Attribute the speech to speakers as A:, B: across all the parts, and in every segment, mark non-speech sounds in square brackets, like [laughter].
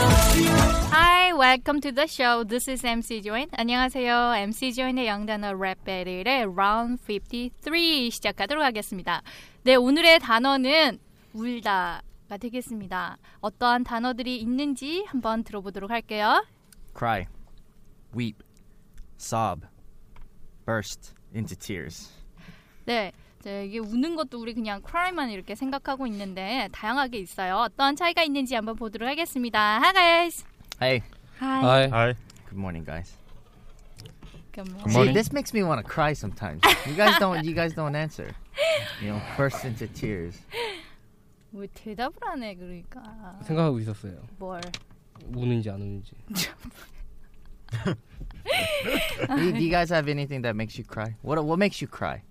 A: Hi, welcome to the show. This is MC Join. 안녕하세요. MC Join의 영단어 랩 배틀의 라운드 53 시작하도록 하겠습니다. 네, 오늘의 단어는 울다가 되겠습니다. 어떠한 단어들이 있는지 한번 들어보도록 할게요.
B: cry, weep, sob, burst into tears.
A: 네. 이제 이게 우는 것도 우리 그냥 cry만 이렇게 생각하고 있는데 다양하게 있어요. 어떤 차이가 있는지 한번 보도록 하겠습니다. Hi guys.
B: Hey,
A: Hi.
C: Hi.
B: good morning, guys.
A: Good morning.
C: Good morning.
B: See, this makes me want to cry sometimes. you guys don't. You guys don't answer. You know, burst into tears.
A: 왜 대답을 안 해 그러니까.
C: 생각하고 있었어요.
A: 뭘.
C: 우는지 안 우는지.
B: Do, do you guys have anything that makes you cry? What What makes you cry?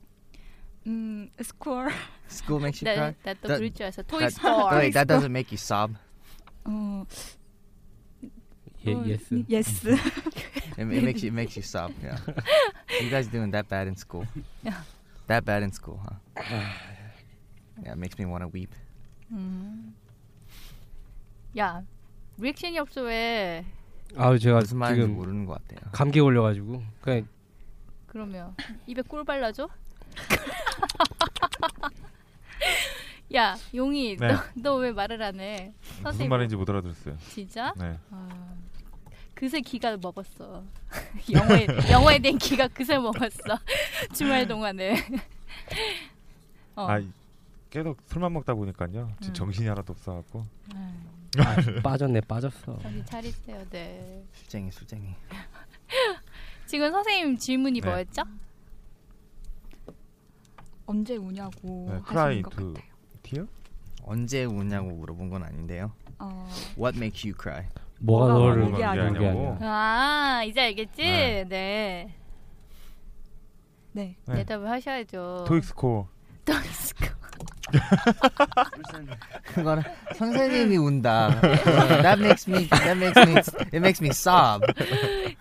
A: 음, score.
B: School makes you
A: 네,
B: cry.
A: 나또
B: 나-
A: 그럴 줄 알았어.
B: that-
A: 토이 스토어.
B: Wait, that doesn't make you sob.
A: 어,
C: 예,
A: 어,
C: 예스.
D: 예스
B: It, it makes you. It makes you sob. Yeah. you guys doing that bad in school?
A: Yeah.
B: That bad in school, huh? yeah, it makes me want to weep.
A: 음. 야, 리액션이 없어 왜?
C: 아, 제가
B: 무슨 말인지
C: 지금
B: 모르는 것 같아요.
C: 감기 걸려가지고 그냥
A: 그러면 입에 꿀 발라줘? [laughs] 야, 용이,
E: 네.
A: 너 왜 말을 안 해?
E: 무슨
A: 선생님,
E: 말인지 못 알아들었어요.
A: 진짜?
E: 네.
A: 아, 그새 기가 먹었어. [laughs] 영어에 영어에 대한 기가 그새 먹었어. [laughs] 주말 동안에. [laughs] 어.
E: 아 이- 계속 술만 먹다 보니까요. 지금
A: 음.
E: 정신이 하나도 없어갖고.
A: 아유,
C: 빠졌네, 빠졌어.
A: 정신 차리세요, 네.
B: 술쟁이, 술쟁이.
A: 지금 선생님 질문이
E: 네.
A: 뭐였죠?
F: [laughs] 언제 우냐고
E: 네,
F: 하시는
E: cry
F: 것
E: into
F: 같아요.
E: tear?
B: 언제 우냐고 물어본 건 아닌데요.
F: 어,
B: What makes you cry?
C: 뭐가
D: 뭐가
C: 너를
D: 울게
E: 울게
C: 울게
E: 하냐고.
C: 하냐.
A: 아 이제 알겠지? 네,
E: 네.
F: 네.
E: 네.
A: 대답을 하셔야죠. [laughs]
E: 토익 스코어.
A: 토익스코.
B: 그거는 선생님이 운다. that makes me, that makes me, it makes me sob.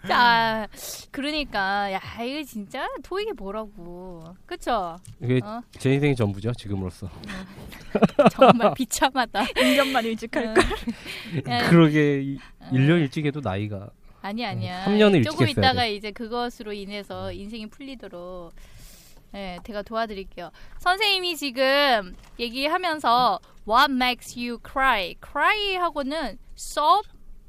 A: 자, 아, 그러니까 야 이거 진짜 토익이 뭐라고, 그쵸?
C: 이게
A: 어?
C: 제 인생이 전부죠, 지금으로서.
F: [laughs]
A: 정말 비참하다.
F: 1년만 일찍할
A: 야,
C: [laughs] 그러게 이-
A: 어.
C: 1년 일찍해도 나이가
A: 아니 아니야.
C: 네, 삼 년을
A: 조금
C: 일찍 했어야 음.
A: 있다가 이제 그것으로 인해서 인생이 풀리도록 예, 제가 도와드릴게요. 선생님이 지금 얘기하면서 what makes you cry? cry 하고는 sob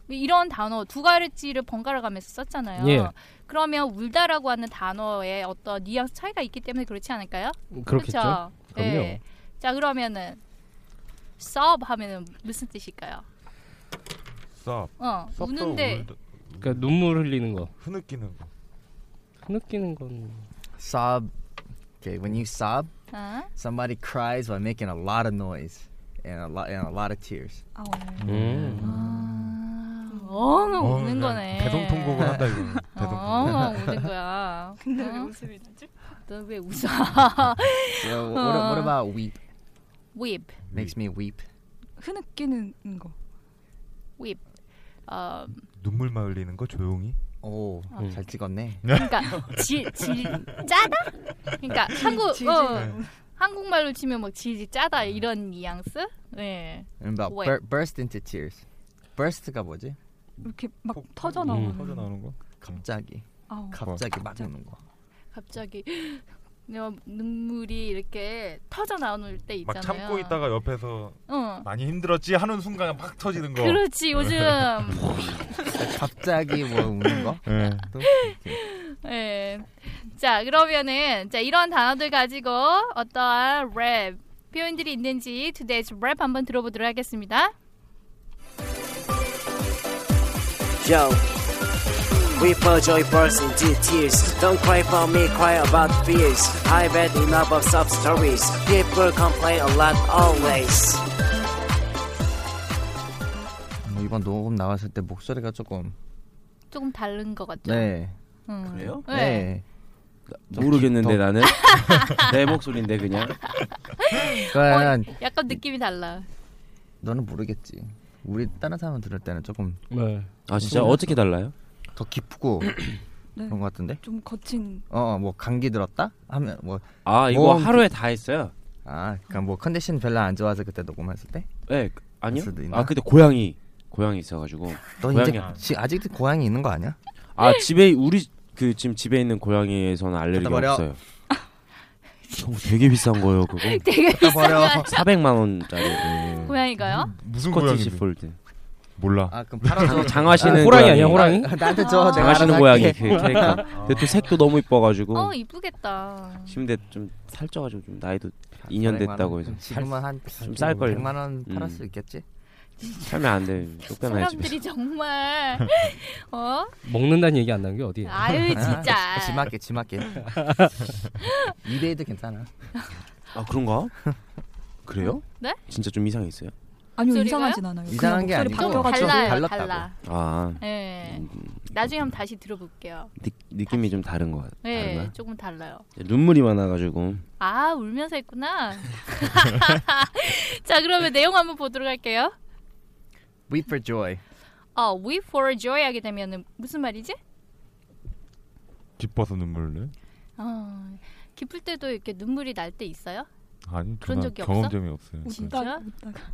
A: 이런 단어 두 가지를 번갈아 가면서 썼잖아요.
C: 예.
A: 그러면 울다라고 하는 단어의 어떤 뉘앙스 차이가 있기 때문에 그렇지 않을까요?
C: 그렇겠죠.
A: 그쵸?
C: 그럼요.
A: 예. 자, 그러면은 sob 하면은 무슨 뜻일까요?
E: 썹.
A: 어,
E: 썹도
A: 우는데
E: 울-
C: 그러니까 눈물 흘리는 거.
E: 흐느끼는 거.
C: 흐느끼는 건
B: Sob. Okay, when you sob,
A: 어?
B: somebody cries by making a lot of noise and a lot and a lot of tears.
F: 아,
C: 음.
A: 아, 어우
E: 어,
A: 우는
E: 그냥
A: 거네.
E: 대동통곡을 한다 이거. 대동통곡.
A: 어, 우는 거야. 아,
F: 근데 웃음이 나지?
A: 너왜 웃어? [laughs]
B: So what, what about weep?
A: weep,
B: Makes me weep.
F: 흐느끼는 거.
A: weep. 어,
E: 눈물만 흘리는 거 조용히.
B: 오, Oh, 잘 찍었네.
A: 그러니까 질질 짜다. 그러니까 한국 어,
F: 질질.
A: 한국말로 치면 막 질질 짜다 이런 뉘앙스. 네.
B: And about
A: Wait.
B: bur- burst into tears. burst가 뭐지?
F: 이렇게 막
E: 폭-
F: 터져 나오는.
E: 터져 나오는 거.
B: 갑자기,
F: 아우.
B: 갑자기 막 우는 거.
A: 갑자기 [gasps] 어, 눈물이 이렇게 터져 나오는 때 있잖아요.
E: 막 참고 있다가 옆에서
A: 어.
E: 많이 힘들었지 하는 순간 팍 터지는 거. 네.
A: 그렇지 요즘
B: 갑자기 뭐 우는 거?
E: 예.
B: 또
A: 예. 자 그러면은 자 이런 단어들 가지고 어떠한 랩 표현들이 있는지 today's rap 한번 들어보도록 하겠습니다.
G: Yo, weep for joy, burst into tears. Don't cry for me, cry about fears. I read enough of sob stories. People complain a lot always.
B: 뭐 이번 녹음 나왔을 때 목소리가 조금
A: 조금 다른 것 같죠?
B: 네.
A: 음.
C: 그래요?
A: 네.
B: 네.
C: 모르겠는데 [laughs]
B: 더-
C: 나는 내 목소리인데 그냥
B: 그러니까
A: 어, 약간 느낌이 달라.
B: 너는 모르겠지. 우리 다른 사람 들을 때는 조금
C: 네. 아 진짜 어떻게 달라요?
B: 더 [clears throat] 깊고 그런 것 같은데.
F: 좀 거친
B: 어, 뭐 감기 들었다 하면 뭐
C: 아 이거
B: 뭐-
C: 하루에 다 했어요.
B: 아, 그러니까 뭐 컨디션 별로 안 좋아서 그때 녹음했을 때.
C: 네 그- 아니요.
B: 수도 있나?
C: 아 근데 고양이 고양이 있어가지고
B: 너 이제
C: 고양이야.
B: 지, 아직도 고양이 있는 거 [laughs] 아니야?
C: 아
A: 네.
C: 집에 우리 그 지금 집에 있는 고양이에서는 알레르기
B: 갖다 버려.
C: [laughs] 없어요. 어, 되게 비싼 거예요 그거.
A: [laughs] 되게
B: 갖다 버려.
C: 400만 원짜리.
A: 고양이가요?
E: 무슨
C: 스코티시
E: 고양이? 그
C: 폴드.
E: 몰라.
B: 아, 그럼 팔아줘.
C: 장하시는
B: 아,
C: 호랑이 아니야, 호랑이?
B: 아, 나한테 줘. 내가
C: 장하시는
B: 알아서
C: 고양이
B: 할게.
C: 그 캐릭터. 근데 또 색도 너무 이뻐가지고.
A: 어 이쁘겠다.
C: 근데 좀 살쪄가지고 좀 나이도
B: 아,
C: 2년
B: 400만
C: 됐다고
B: 원.
C: 해서
B: 지금은
C: 좀쌀
B: 한쌀
C: 걸요.
B: 100만 원 팔을
C: 음.
B: 수 있겠지?
C: 살면 안 돼. 쫓겨나야 집에서.
A: 사람들이 정말 어
H: 먹는다는 얘기 안 나온 게 어디예요?
F: 네,
A: 아유 진짜.
B: 아,
F: [laughs]
B: 지맞게 지맞게. 2대도 괜찮아.
C: 아
A: [laughs]
C: 그런가? 그래요?
A: 네?
C: 진짜 좀 이상했어요.
F: 아니요
A: 목소리가요?
F: 이상하진 않아요.
B: 이상한 게
F: 그냥 목소리
B: 아니고.
A: 좀
F: 바뀌어가지고
A: 달라요.
B: 달랐다고.
A: 달라.
C: 아
A: 예.
C: 음,
A: 나중에 한번 다시 들어볼게요.
C: 느, 느낌이 좀 다른 것 같아요.
A: 예,
C: 다른가요?
A: 조금 달라요.
C: 눈물이 많아가지고.
A: 아, 울면서 했구나. [laughs] 자, 그러면 내용 한번 보도록 할게요.
B: Weep for joy.
A: 어, we for joy 하게 되면은 무슨 말이지?
E: 기뻐서 눈물을. 흘려요?
A: 어, 기쁠 때도 이렇게 눈물이 날 때 있어요?
E: 아니,
A: 그런
E: 저는
A: 적이 없어?
E: 경험점이 없어요.
C: 음,
A: 진짜?
F: 웃다가 웃다가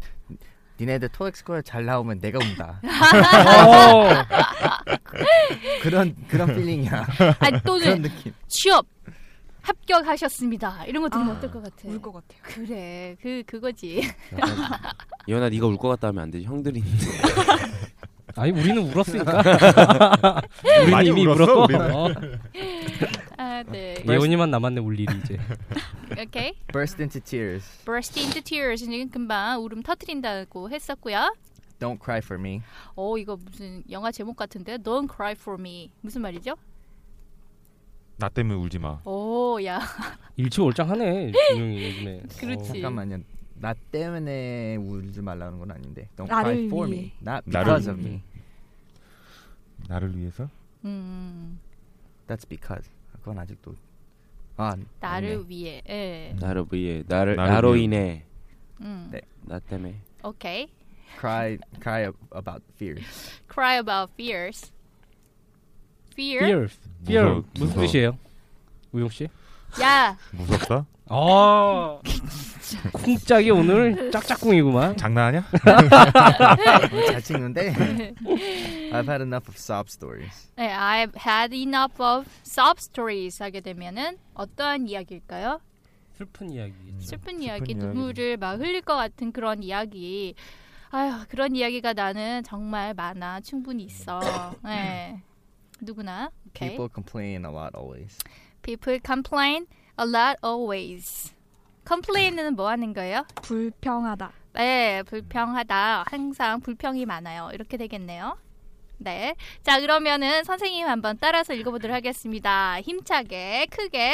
B: 니네들 토익 스코어 잘 나오면 내가
F: [laughs]
B: 운다.
C: 어!
B: 그런 그런 필링이야.
F: 네.
A: 아니,
B: 그런
A: 또는
B: 느낌.
A: 취업 합격하셨습니다. 이런 거 들으면 어떨 것 같아?
F: 울 것 같아요.
A: 그래, 그 그거지. [laughs]
C: 예원아 네가 울 것 같다 하면 안 되지. 형들이 [laughs] 있는데.
H: 아니 우리는 울었으니까
E: 많이
H: 이미
E: 울었어,
H: 울었고
E: 우리는.
H: 어,
A: 아, 네.
H: 예원이만 남았네 울 일이 이제
A: 오케이.
B: Burst into tears.
A: Burst into tears. 지금 금방 울음 터트린다고 했었고요.
B: Don't cry for me.
A: 어, 이거 무슨 영화 제목 같은데? Don't cry for me. 무슨 말이죠?
E: 나 때문에 울지 마.
A: 오, 어, 야.
H: 일치월장하네 준영이
A: [gasps]
H: 요즘에 어.
A: 그렇지.
B: 잠깐만요. 나 때문에 울지 말라는 건 아닌데. Don't
F: 나를
B: cry for
F: 위해.
B: me. Not
E: 나를
B: because of me.
E: 나를 위해서?
A: 음,
B: That's because. 그건 아직도 아
A: 나를
B: 아니네.
A: 위해. 예.
C: 나로 위해 나를
E: 나를
C: 나로
E: 위해.
C: 인해
A: 음.
B: 네.
C: 나 때문에.
A: 오케이.
B: cry cry about fears.
A: Cry about fears. Fear?
H: Fears Fear
E: 무서워,
H: 무슨
E: 무서워.
H: 뜻이에요? 우용 씨?
A: 야,
E: 무섭다?
H: 아 [laughs] 쿵짝이 오늘 짝짝꿍이구만
E: 장난하냐?
B: 오늘 잘 [laughs] 찍는데. I've had enough of sob stories.
A: 네, I've had enough of sob stories 하게 되면은 어떠한 이야기일까요?
H: 슬픈 이야기
A: 슬픈 이야기,
E: 이야기.
A: 눈물을 막 흘릴 것 같은 그런 이야기. 아휴, 그런 이야기가 나는 정말 많아. 충분히 있어. 네. [clears throat] 누구나. 오케이.
B: People complain a lot always.
A: People complain a lot always. complain은 뭐 하는 거예요?
F: 불평하다.
A: 네, 불평하다. 항상 불평이 많아요. 이렇게 되겠네요. 네. 자, 그러면은 선생님 한번 따라서 읽어보도록 하겠습니다. 힘차게, 크게.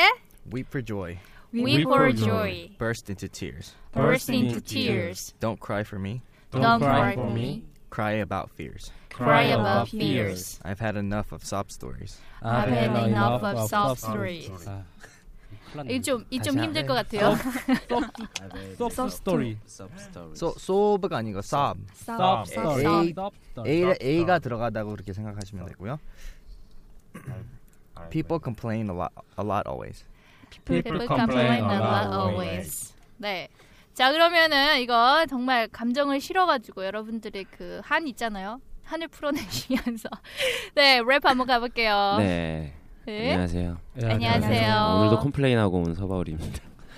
B: Weep for joy.
A: Weep for joy.
B: Burst into tears.
A: Burst into tears.
B: Don't cry for me.
A: Don't cry for me.
B: Cry about fears.
A: Cry about fears.
B: I've had enough of sob stories.
A: I've had
F: had
A: enough of sob stories. 아, 이 좀, 이 좀
B: 다시
A: 힘들
B: 한
A: 것 같아요.
H: 섭 스토리
B: So sob가 아니고 sob.
F: 싸움.
A: 아,
H: 스토리
A: 네.
B: 에이.
H: 섭 스토리
B: A A가 들어가다고 그렇게 생각하시면 되고요. People complain a lot, a lot always.
A: [laughs] People complain a lot always. 네. 자 그러면은 이거 정말 감정을 실어가지고 여러분들의 그 [laughs] 한 있잖아요. 한을 풀어내시면서 네 랩 한번 가볼게요.
C: 네.
A: 네. 어?
C: 안녕하세요.
H: 예,
A: 안녕하세요.
C: 오늘도 컴플레인하고 온 서바울입니다.
A: 어,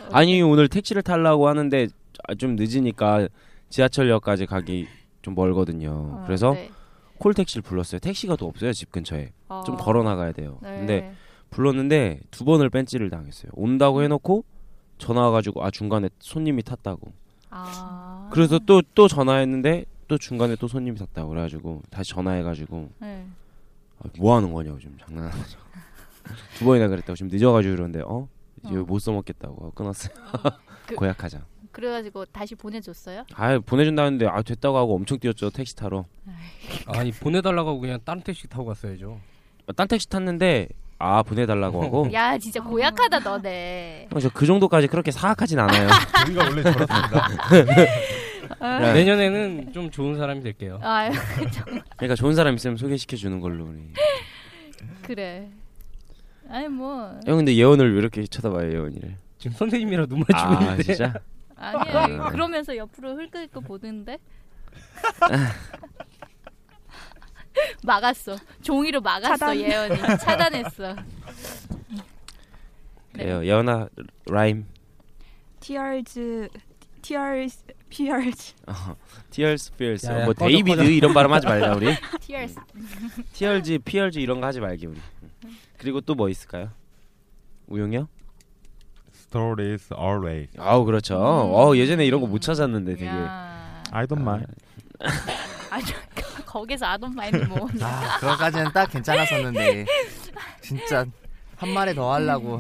A: 네.
C: 아니 오늘 택시를 타려고 하는데 아, 좀 늦으니까 지하철역까지 가기 좀 멀거든요.
A: 어,
C: 그래서
A: 네.
C: 콜 택시를 불렀어요. 택시가 또 없어요 집 근처에.
A: 어,
C: 좀 걸어 나가야 돼요.
A: 네.
C: 근데 불렀는데 두 번을 뺀지를 당했어요.
A: 음.
C: 온다고 해놓고 전화 와가지고 아 중간에 손님이 탔다고.
A: 아.
C: 그래서 또 또 전화했는데 또 중간에 또 손님이 탔다고 그래가지고 다시 전화해가지고
A: 네.
C: 아, 뭐 하는 거냐고 지금
A: [laughs]
C: 장난하죠. 두 번이나 그랬다고 지금 늦어가지고 그러는데 어? 이거
A: 어.
C: 못 써먹겠다고 하고 끊었어요. [laughs]
A: 그-
C: 고약하자.
A: 그래가지고 다시 보내줬어요?
C: 아 보내준다는데 아 됐다고 하고 엄청 뛰었죠 택시 타러.
H: 아니 보내달라고 하고 그냥 다른 택시 타고 갔어야죠.
C: 아, 딴 택시 탔는데 아 보내달라고 하고.
A: [laughs] 야 진짜 고약하다 너네.
C: 저 그 정도까지 그렇게 사악하진 않아요. [laughs]
E: 우리가 원래 저렇습니다.
A: 아.
C: 네.
H: 내년에는 좀 좋은 사람이 될게요.
C: 어.
A: 아유
C: 그러니까 좋은 사람 있으면 소개시켜 주는 걸로 우리.
A: 그래. 아니 뭐
C: 형 근데 예원을 왜 이렇게 쳐다봐요 예원이를?
H: 지금 선생님이랑 눈 맞추고
C: 아
H: 있는데.
C: 진짜? 네.
A: 아니야 그러면서 옆으로
C: [laughs]
A: 흘끗흘끗 보는데 막았어 종이로 막았어
F: 차단.
A: 예언이 차단했어. 네.
C: 그래요 예원아 라임
F: TRZ TRZ PRZ
C: Tears Fears
H: 야, 야,
C: 뭐
H: 꺼져,
C: 데이비드
H: 꺼져.
C: 이런 발음 하지 말자 [laughs] 우리.
A: TRS
C: TRG, PRG 이런 거 하지 말게 우리. 응. 그리고 또 뭐 있을까요? 우영이 형?
E: Stories always.
C: 아우 그렇죠. 어 예전에 이런 거 못 찾았는데 되게.
A: 야.
E: I don't mind.
A: 아 저- 거기서 아돈 마인드
C: [laughs]
A: 뭐
B: 아, 그거까지는 딱 괜찮았었는데 진짜 한 마리 더 하려고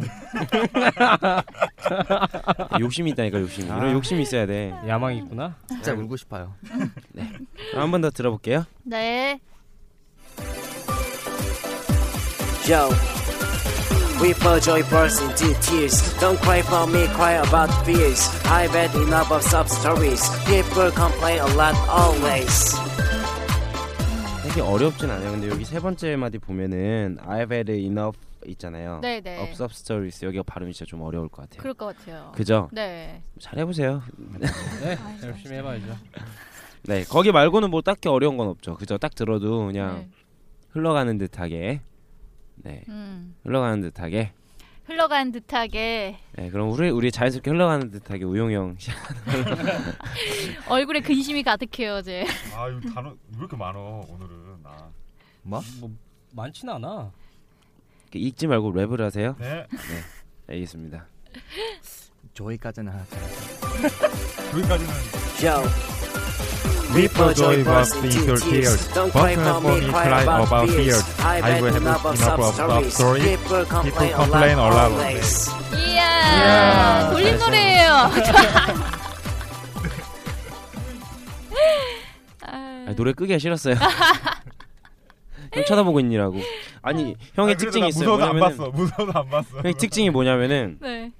C: 욕심이 있다니까 욕심이.
E: 아.
C: 이런 욕심이 있어야 돼.
H: 야망이 있구나.
B: 진짜 울고 싶어요.
C: 한 번 더 들어볼게요.
A: 네.
G: Yo, weep for joy, burst into tears. Don't cry for me, cry about fears. I read enough of sub stories. People complain a lot always.
C: 되게 어렵진 않아요. 근데 여기 세 번째 마디 보면은 I've had enough 있잖아요.
A: 네네.
C: Ups Up Stories 여기가 발음이 진짜 좀 어려울 것 같아요.
A: 그럴 것 같아요.
C: 그죠?
A: 네.
C: 잘해보세요.
H: 네, 열심히 해봐야죠.
C: 네 거기 말고는 뭐 딱히 어려운 건 없죠. 그죠? 딱 들어도 그냥
A: 네.
C: 흘러가는 듯하게 네
A: 음.
C: 흘러가는 듯하게
A: 흘러간 듯하게
C: 네 그럼 우리 우리 자연스럽게 흘러가는 듯하게 우용이 형
A: 얼굴에 근심이 가득해요 어제.
E: 아 이거 단어 왜 이렇게 많어 오늘은. 아.
H: 뭐 많진 않아.
C: 이렇게 읽지 말고 랩을 하세요.
E: 네.
C: 알겠습니다.
B: 저희까지는 하나
E: 여기까지는.
G: Yo,
E: Weep
G: for joy, burst into tears. Don't cry for me, cry about fears.
E: I
G: I read
E: will
G: enough of sub stories.
E: stories.
G: People complain a
E: complain a lot
G: lot always.
A: 이야 돌림 노래예요. 아,
C: 아니, 노래 끄기가 싫었어요. 형 쳐다보고 있니라고. 아니 형의 특징이 있어요.
E: 무서워서 안
C: 뭐냐면
E: 봤어. 무서워서 안 봤어.
C: 형의 특징이 뭐냐면은
A: 네.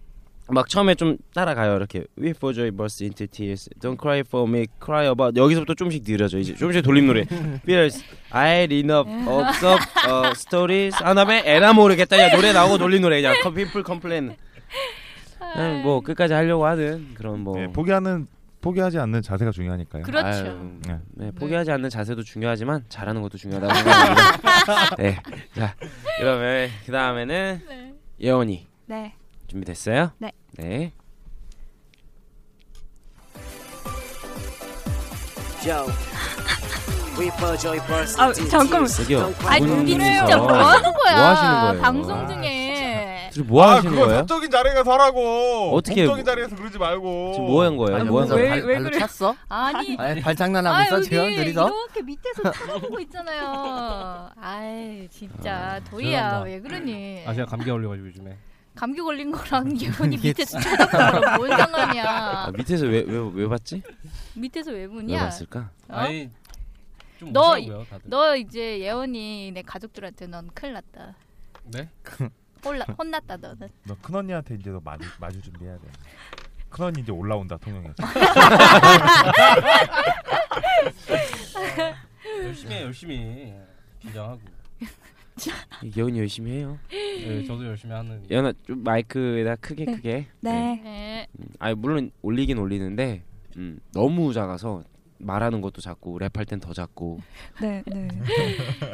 C: 막 처음에 좀 따라가요 이렇게 We for joy burst into tears Don't cry for me cry about 여기서부터 조금씩 느려져 이제 조금씩 돌림 노래 Fears I enough of of 어, stories 아 다음에 에나 모르겠다 야 노래 나오고 돌림 노래 그냥 People complain 그냥 뭐 끝까지 하려고 하는 그런 뭐
E: 네, 포기하는 포기하지 않는 자세가 중요하니까요.
A: 그렇죠.
C: 아유,
E: 네.
C: 네, 포기하지 않는 자세도 중요하지만 잘하는 것도
A: [laughs]
C: 중요하다고 생각합니다. 네. 자, 그러면 그 다음에는
A: 네.
C: 예원이
F: 네
C: 준비됐어요?
F: 네.
C: 네.
G: Yo, weep for joy, burst
F: 아,
G: into
F: 잠깐만.
G: tears.
C: 저기요.
G: Don't cry
A: 아
G: for
C: 본인
A: 이게
C: 분이서
A: 진짜 뭐 하는 거야?
C: 뭐 하시는 거예요?
A: 방송
C: 아,
A: 중에
C: 지금 뭐
E: 아
C: 하시는
E: 그거
C: 거예요?
E: 사적인 자리가 서라고.
C: 어떻게-
E: 공적인 자리에서 그러지 말고.
C: 지금 뭐 한 거예요?
B: 아니
C: 뭐
B: 뭐
C: 한 거예요?
F: 왜-
B: 발,
F: 왜
B: 발로
F: 그래?
B: 찼어?
A: 아니
B: 아니 발장난하고 있어 재현 둘이서?
A: 이렇게 밑에서 쳐다보고 있잖아요. 아이 진짜 도희야
H: 죄송합니다.
A: 왜 그러니?
H: 아 제가 감기 걸려가지고 요즘에.
A: 어? 감기 걸린 거랑 예원이 밑에서 쳐다보는 거랑 뭔 상관이야?
C: 아, 밑에서 왜 왜 왜 봤지?
A: 밑에서 왜
C: 왜
A: 보냐?
C: 봤을까?
A: 어?
H: 아니 좀
A: 너
H: 웃으라고요 다들.
A: 너 이제 예원이 내 가족들한테 넌 큰일 났다.
H: 네?
A: 혼나 혼났다 너는.
E: 너 큰언니한테 이제 너 마주 마주 준비해야 돼. 큰언니 이제 올라온다 통영에.
H: 열심히 해 열심히 긴장하고.
C: 예원이 열심히 해요.
A: 음.
H: 네, 저도 열심히 하는.
C: 예원아 좀 마이크에다 크게 크게.
F: 네
A: 네.
C: 아니 물론 올리긴 올리는데 음, 너무 작아서 말하는 것도 작고 랩할 땐 더 작고.
F: 네 네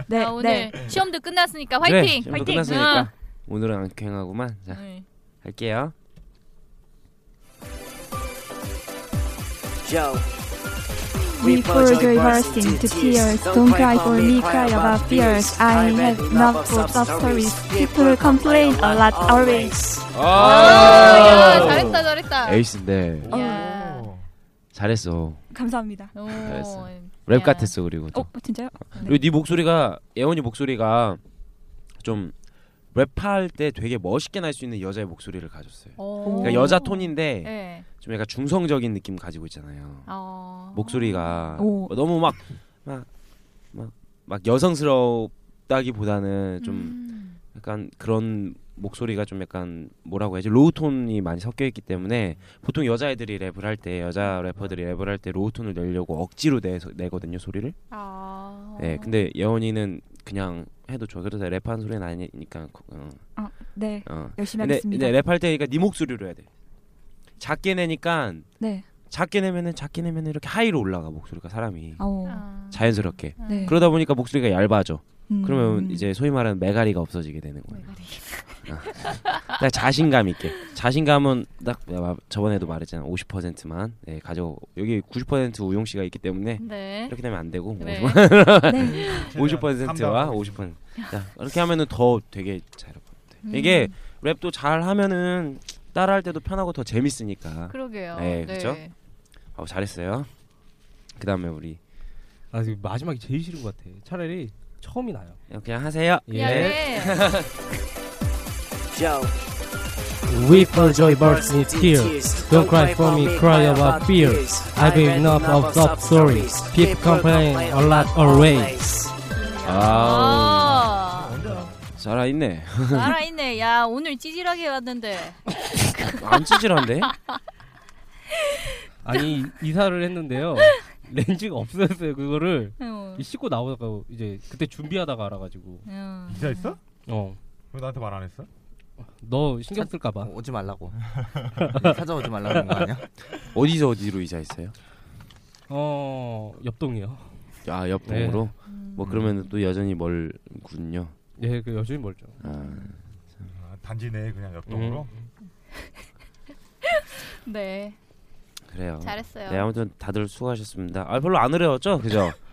F: 네
C: [laughs]
A: 아, 오늘
F: 네
A: 시험도 끝났으니까 화이팅!
C: 그래, 네, 시험도
A: 화이팅! 아.
C: 끝났으니까. 오늘은 안 캥하구만. 자,
A: 네.
C: 할게요.
G: Joe.
F: We purge your burst into tears. Don't cry for me, cry about fears. I have enough of soft stories. People complain a lot always.
A: 어. 야, 잘했다, 잘했다.
C: 아. 에이스인데
A: 야.
C: 잘했어.
F: 감사합니다.
A: 오,
C: 잘했어. 랩
A: 야.
C: 같았어 그리고 또.
F: 어 진짜요?
C: 그리고 네 목소리가 예원이 목소리가 좀 랩할 때 되게 멋있게 날 수 있는 여자의 목소리를 가졌어요.
A: 오.
C: 그러니까 여자 톤인데
A: 네.
C: 좀 약간 중성적인 느낌 가지고 있잖아요.
A: 어.
C: 목소리가
F: 오.
C: 너무 막 막 막 막 여성스럽다기보다는 좀
A: 음.
C: 약간 그런 목소리가 좀 약간 뭐라고 해야지 로우 톤이 많이 섞여 있기 때문에 보통 여자애들이 랩을 할 때 여자 래퍼들이 랩을 할 때 로우 톤을 내려고 억지로 내, 내거든요 소리를.
F: 어.
A: 아.
C: 네, 근데 예원이는 그냥 해도 좋아. 그래서 랩하는 소리는 아니니까. 어,
F: 아, 네.
C: 어.
F: 열심히
C: 근데,
F: 하겠습니다.
C: 근데 랩할 때니까 네 목소리로 해야 돼. 작게 내니까
F: 네.
C: 작게 내면은 작게 내면은 이렇게 하이로 올라가 목소리가 사람이
F: 아오. 어,
A: 아.
C: 자연스럽게.
F: 네.
C: 그러다 보니까 목소리가 얇아져.
F: 음.
C: 그러면 이제 소위 말하는 메가리가 없어지게 되는 거예요. 어.
A: 메가리.
C: 딱 자신감 있게. 자신감은 딱 내가 말- 저번에도 말했잖아. 50%만 네, 가져. 여기 90% 우용 씨가 있기 때문에
A: 네.
C: 이렇게 되면 안 되고 [laughs]
A: 네.
C: 50%와 50%. 자, 이렇게 하면은 더 되게 잘할 것 같아.
A: 음.
C: 이게 랩도 잘 하면은 따라할 때도 편하고 더 재밌으니까.
A: 그러게요.
C: 네, 그쵸? 어, 잘했어요. 그다음에 우리
H: 아, 지금 마지막이 제일 싫은 것 같아. 차라리 처음이 나요.
C: 그냥 하세요.
A: 야,
C: [laughs]
A: 네.
G: Joe.
H: Weep for joy, burst in tears.
G: tears.
H: Don't cry for me, cry about fears. I've enough of sob stories. People complain a lot always.
C: 아,
A: 아.
C: 살아 있네.
A: 살아있네. 야, 오늘 찌질하게 왔는데.
C: 안 찌질한데?
H: 아니 이사를
A: [laughs]
H: 했는데요. 렌즈가 없어졌어요. 그거를
A: 어.
H: 이 씻고 나오다가 이제 그때 준비하다가 알아가지고.
A: 어.
E: 이자 있어?
H: 어.
E: 왜 나한테 말 안 했어?
H: 너 신경
E: 어?
H: 쓸까봐.
B: 오지 말라고. [laughs] 찾아오지 말라는 거 아니야?
C: 어디서 어디로 이사했어요?
H: 어 옆동이요.
C: 아, 옆동으로.
A: 음.
C: 뭐 그러면 또 여전히 멀군요.
H: 예, 그 여전히 멀죠.
C: 아,
E: 아, 단지 내 그냥 옆동으로.
A: 네.
C: 그래요.
A: 잘했어요.
C: 네, 아무튼 다들 수고하셨습니다. 아, 별로 안 어려웠죠? 그죠?
A: [laughs]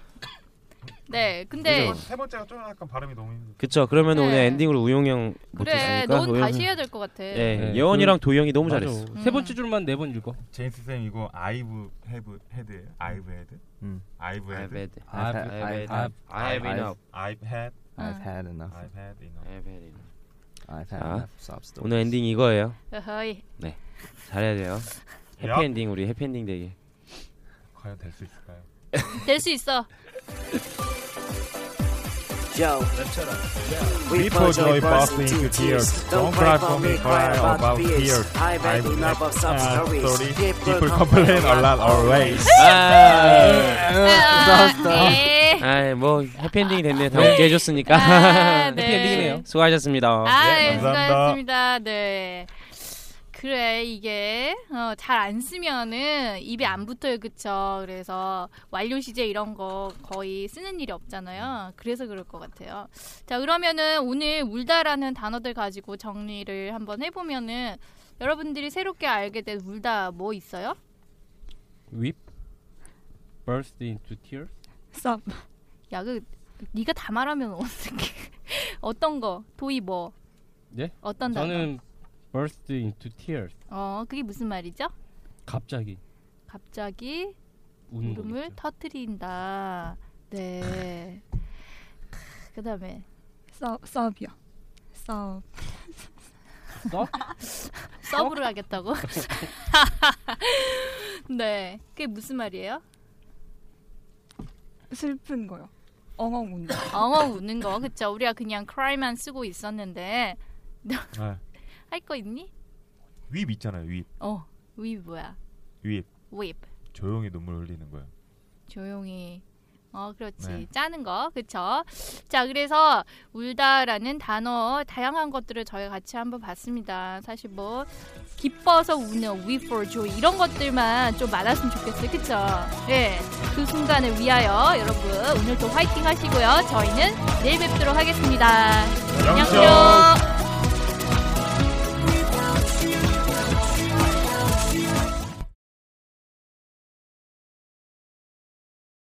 A: 네, 근데
E: 세, 번- 세 번째가 좀 약간 발음이 너무 힘-
C: 그쵸. 그러면
A: 네.
C: 오늘 엔딩으로 우용이 형
A: 그래,
C: 못했으니까.
A: 넌
C: 우용이
A: 다시
C: 형-
A: 해야 될 것 같아.
C: 예,
H: 네,
C: 예원이랑
H: 그-
C: 도이 형이 너무
H: 맞아.
C: 잘했어.
H: 세
A: 음.
H: 번째 줄만 네 번 읽어.
E: 제임스 쌤 이거 아이브 헤브 헤드예요? 아이브 헤드?
B: 음.
E: 아이브 그, 아, 헤드?
C: had,
H: I've-
B: I've-
H: I've-
C: I have
B: I've-
C: enough.
E: 아이브 헤드? 네.
B: I've had 아, enough.
E: 아이브 헤드 이거.
C: I've had enough.
B: I've
C: 자,
B: had enough sob stories.
C: 아. 오늘 엔딩 이거예요.
A: 어허이.
C: 잘해야 돼요.
E: 야.
C: 해피 엔딩 우리 해피 엔딩 되게.
E: 과연 될 수 있을까요?
A: 될 수 있어.
G: Joe.
E: We put joy burst into tears. Don't cry for me, cry about fears.
G: I bet
E: I've
G: enough of sob
E: had
G: stories.
E: uh, stories. 아, People complain a lot always.
C: 아,
B: 아,
A: 네.
C: 아, 뭐 해피 엔딩이 됐네. 다 웃게 [laughs] 해줬으니까.
A: 아, 네.
H: 해피 엔딩이네요.
C: 수고하셨습니다.
A: 아,
E: 네, 감사합니다.
A: 수고하셨습니다. 네. 그래 이게 어, 잘 안 쓰면은 입에 안 붙어요, 그쵸? 그래서 완료 시제 이런 거 거의 쓰는 일이 없잖아요. 그래서 그럴 것 같아요. 자, 그러면은 오늘 울다라는 단어들 가지고 정리를 한번 해보면은 여러분들이 새롭게 알게 된 울다 뭐 있어요?
H: Weep, burst into tears.
F: sob.
A: 야, 그 네가 다 말하면 어떻게? [laughs] 어떤 거? 도이 뭐?
H: 예?
A: 어떤 단어?
H: 저는 burst into tears.
A: 어, 그게 무슨 말이죠?
H: 갑자기
A: 갑자기
H: 우는
A: 울음을
H: 거겠죠.
A: 터트린다. 네. 크, 그다음에
H: 어?
F: sob. sob이요. sob.
H: 써?
A: 서브를 하겠다고. [laughs] 네. 그게 무슨 말이에요?
F: 슬픈 거요. 엉엉 운다.
A: 엉엉 우는 거. 그쵸 우리가 그냥 cry만 쓰고 있었는데
E: 아,
A: 할 거 있니?
E: 윕 있잖아요. 윕.
A: 어. 위 뭐야?
E: 윕.
A: 윕.
E: 조용히 눈물 흘리는 거예요.
A: 조용히. 어, 그렇지.
E: 네.
A: 짜는 거. 그쵸? 자, 그래서 울다라는 단어, 다양한 것들을 저희 같이 한번 봤습니다. 사실 뭐, 기뻐서 우는, we for joy, 이런 것들만 좀 많았으면 좋겠어요. 그쵸? 네. 그 순간을 위하여 여러분, 오늘도 화이팅 하시고요. 저희는 내일 뵙도록 하겠습니다. 안녕!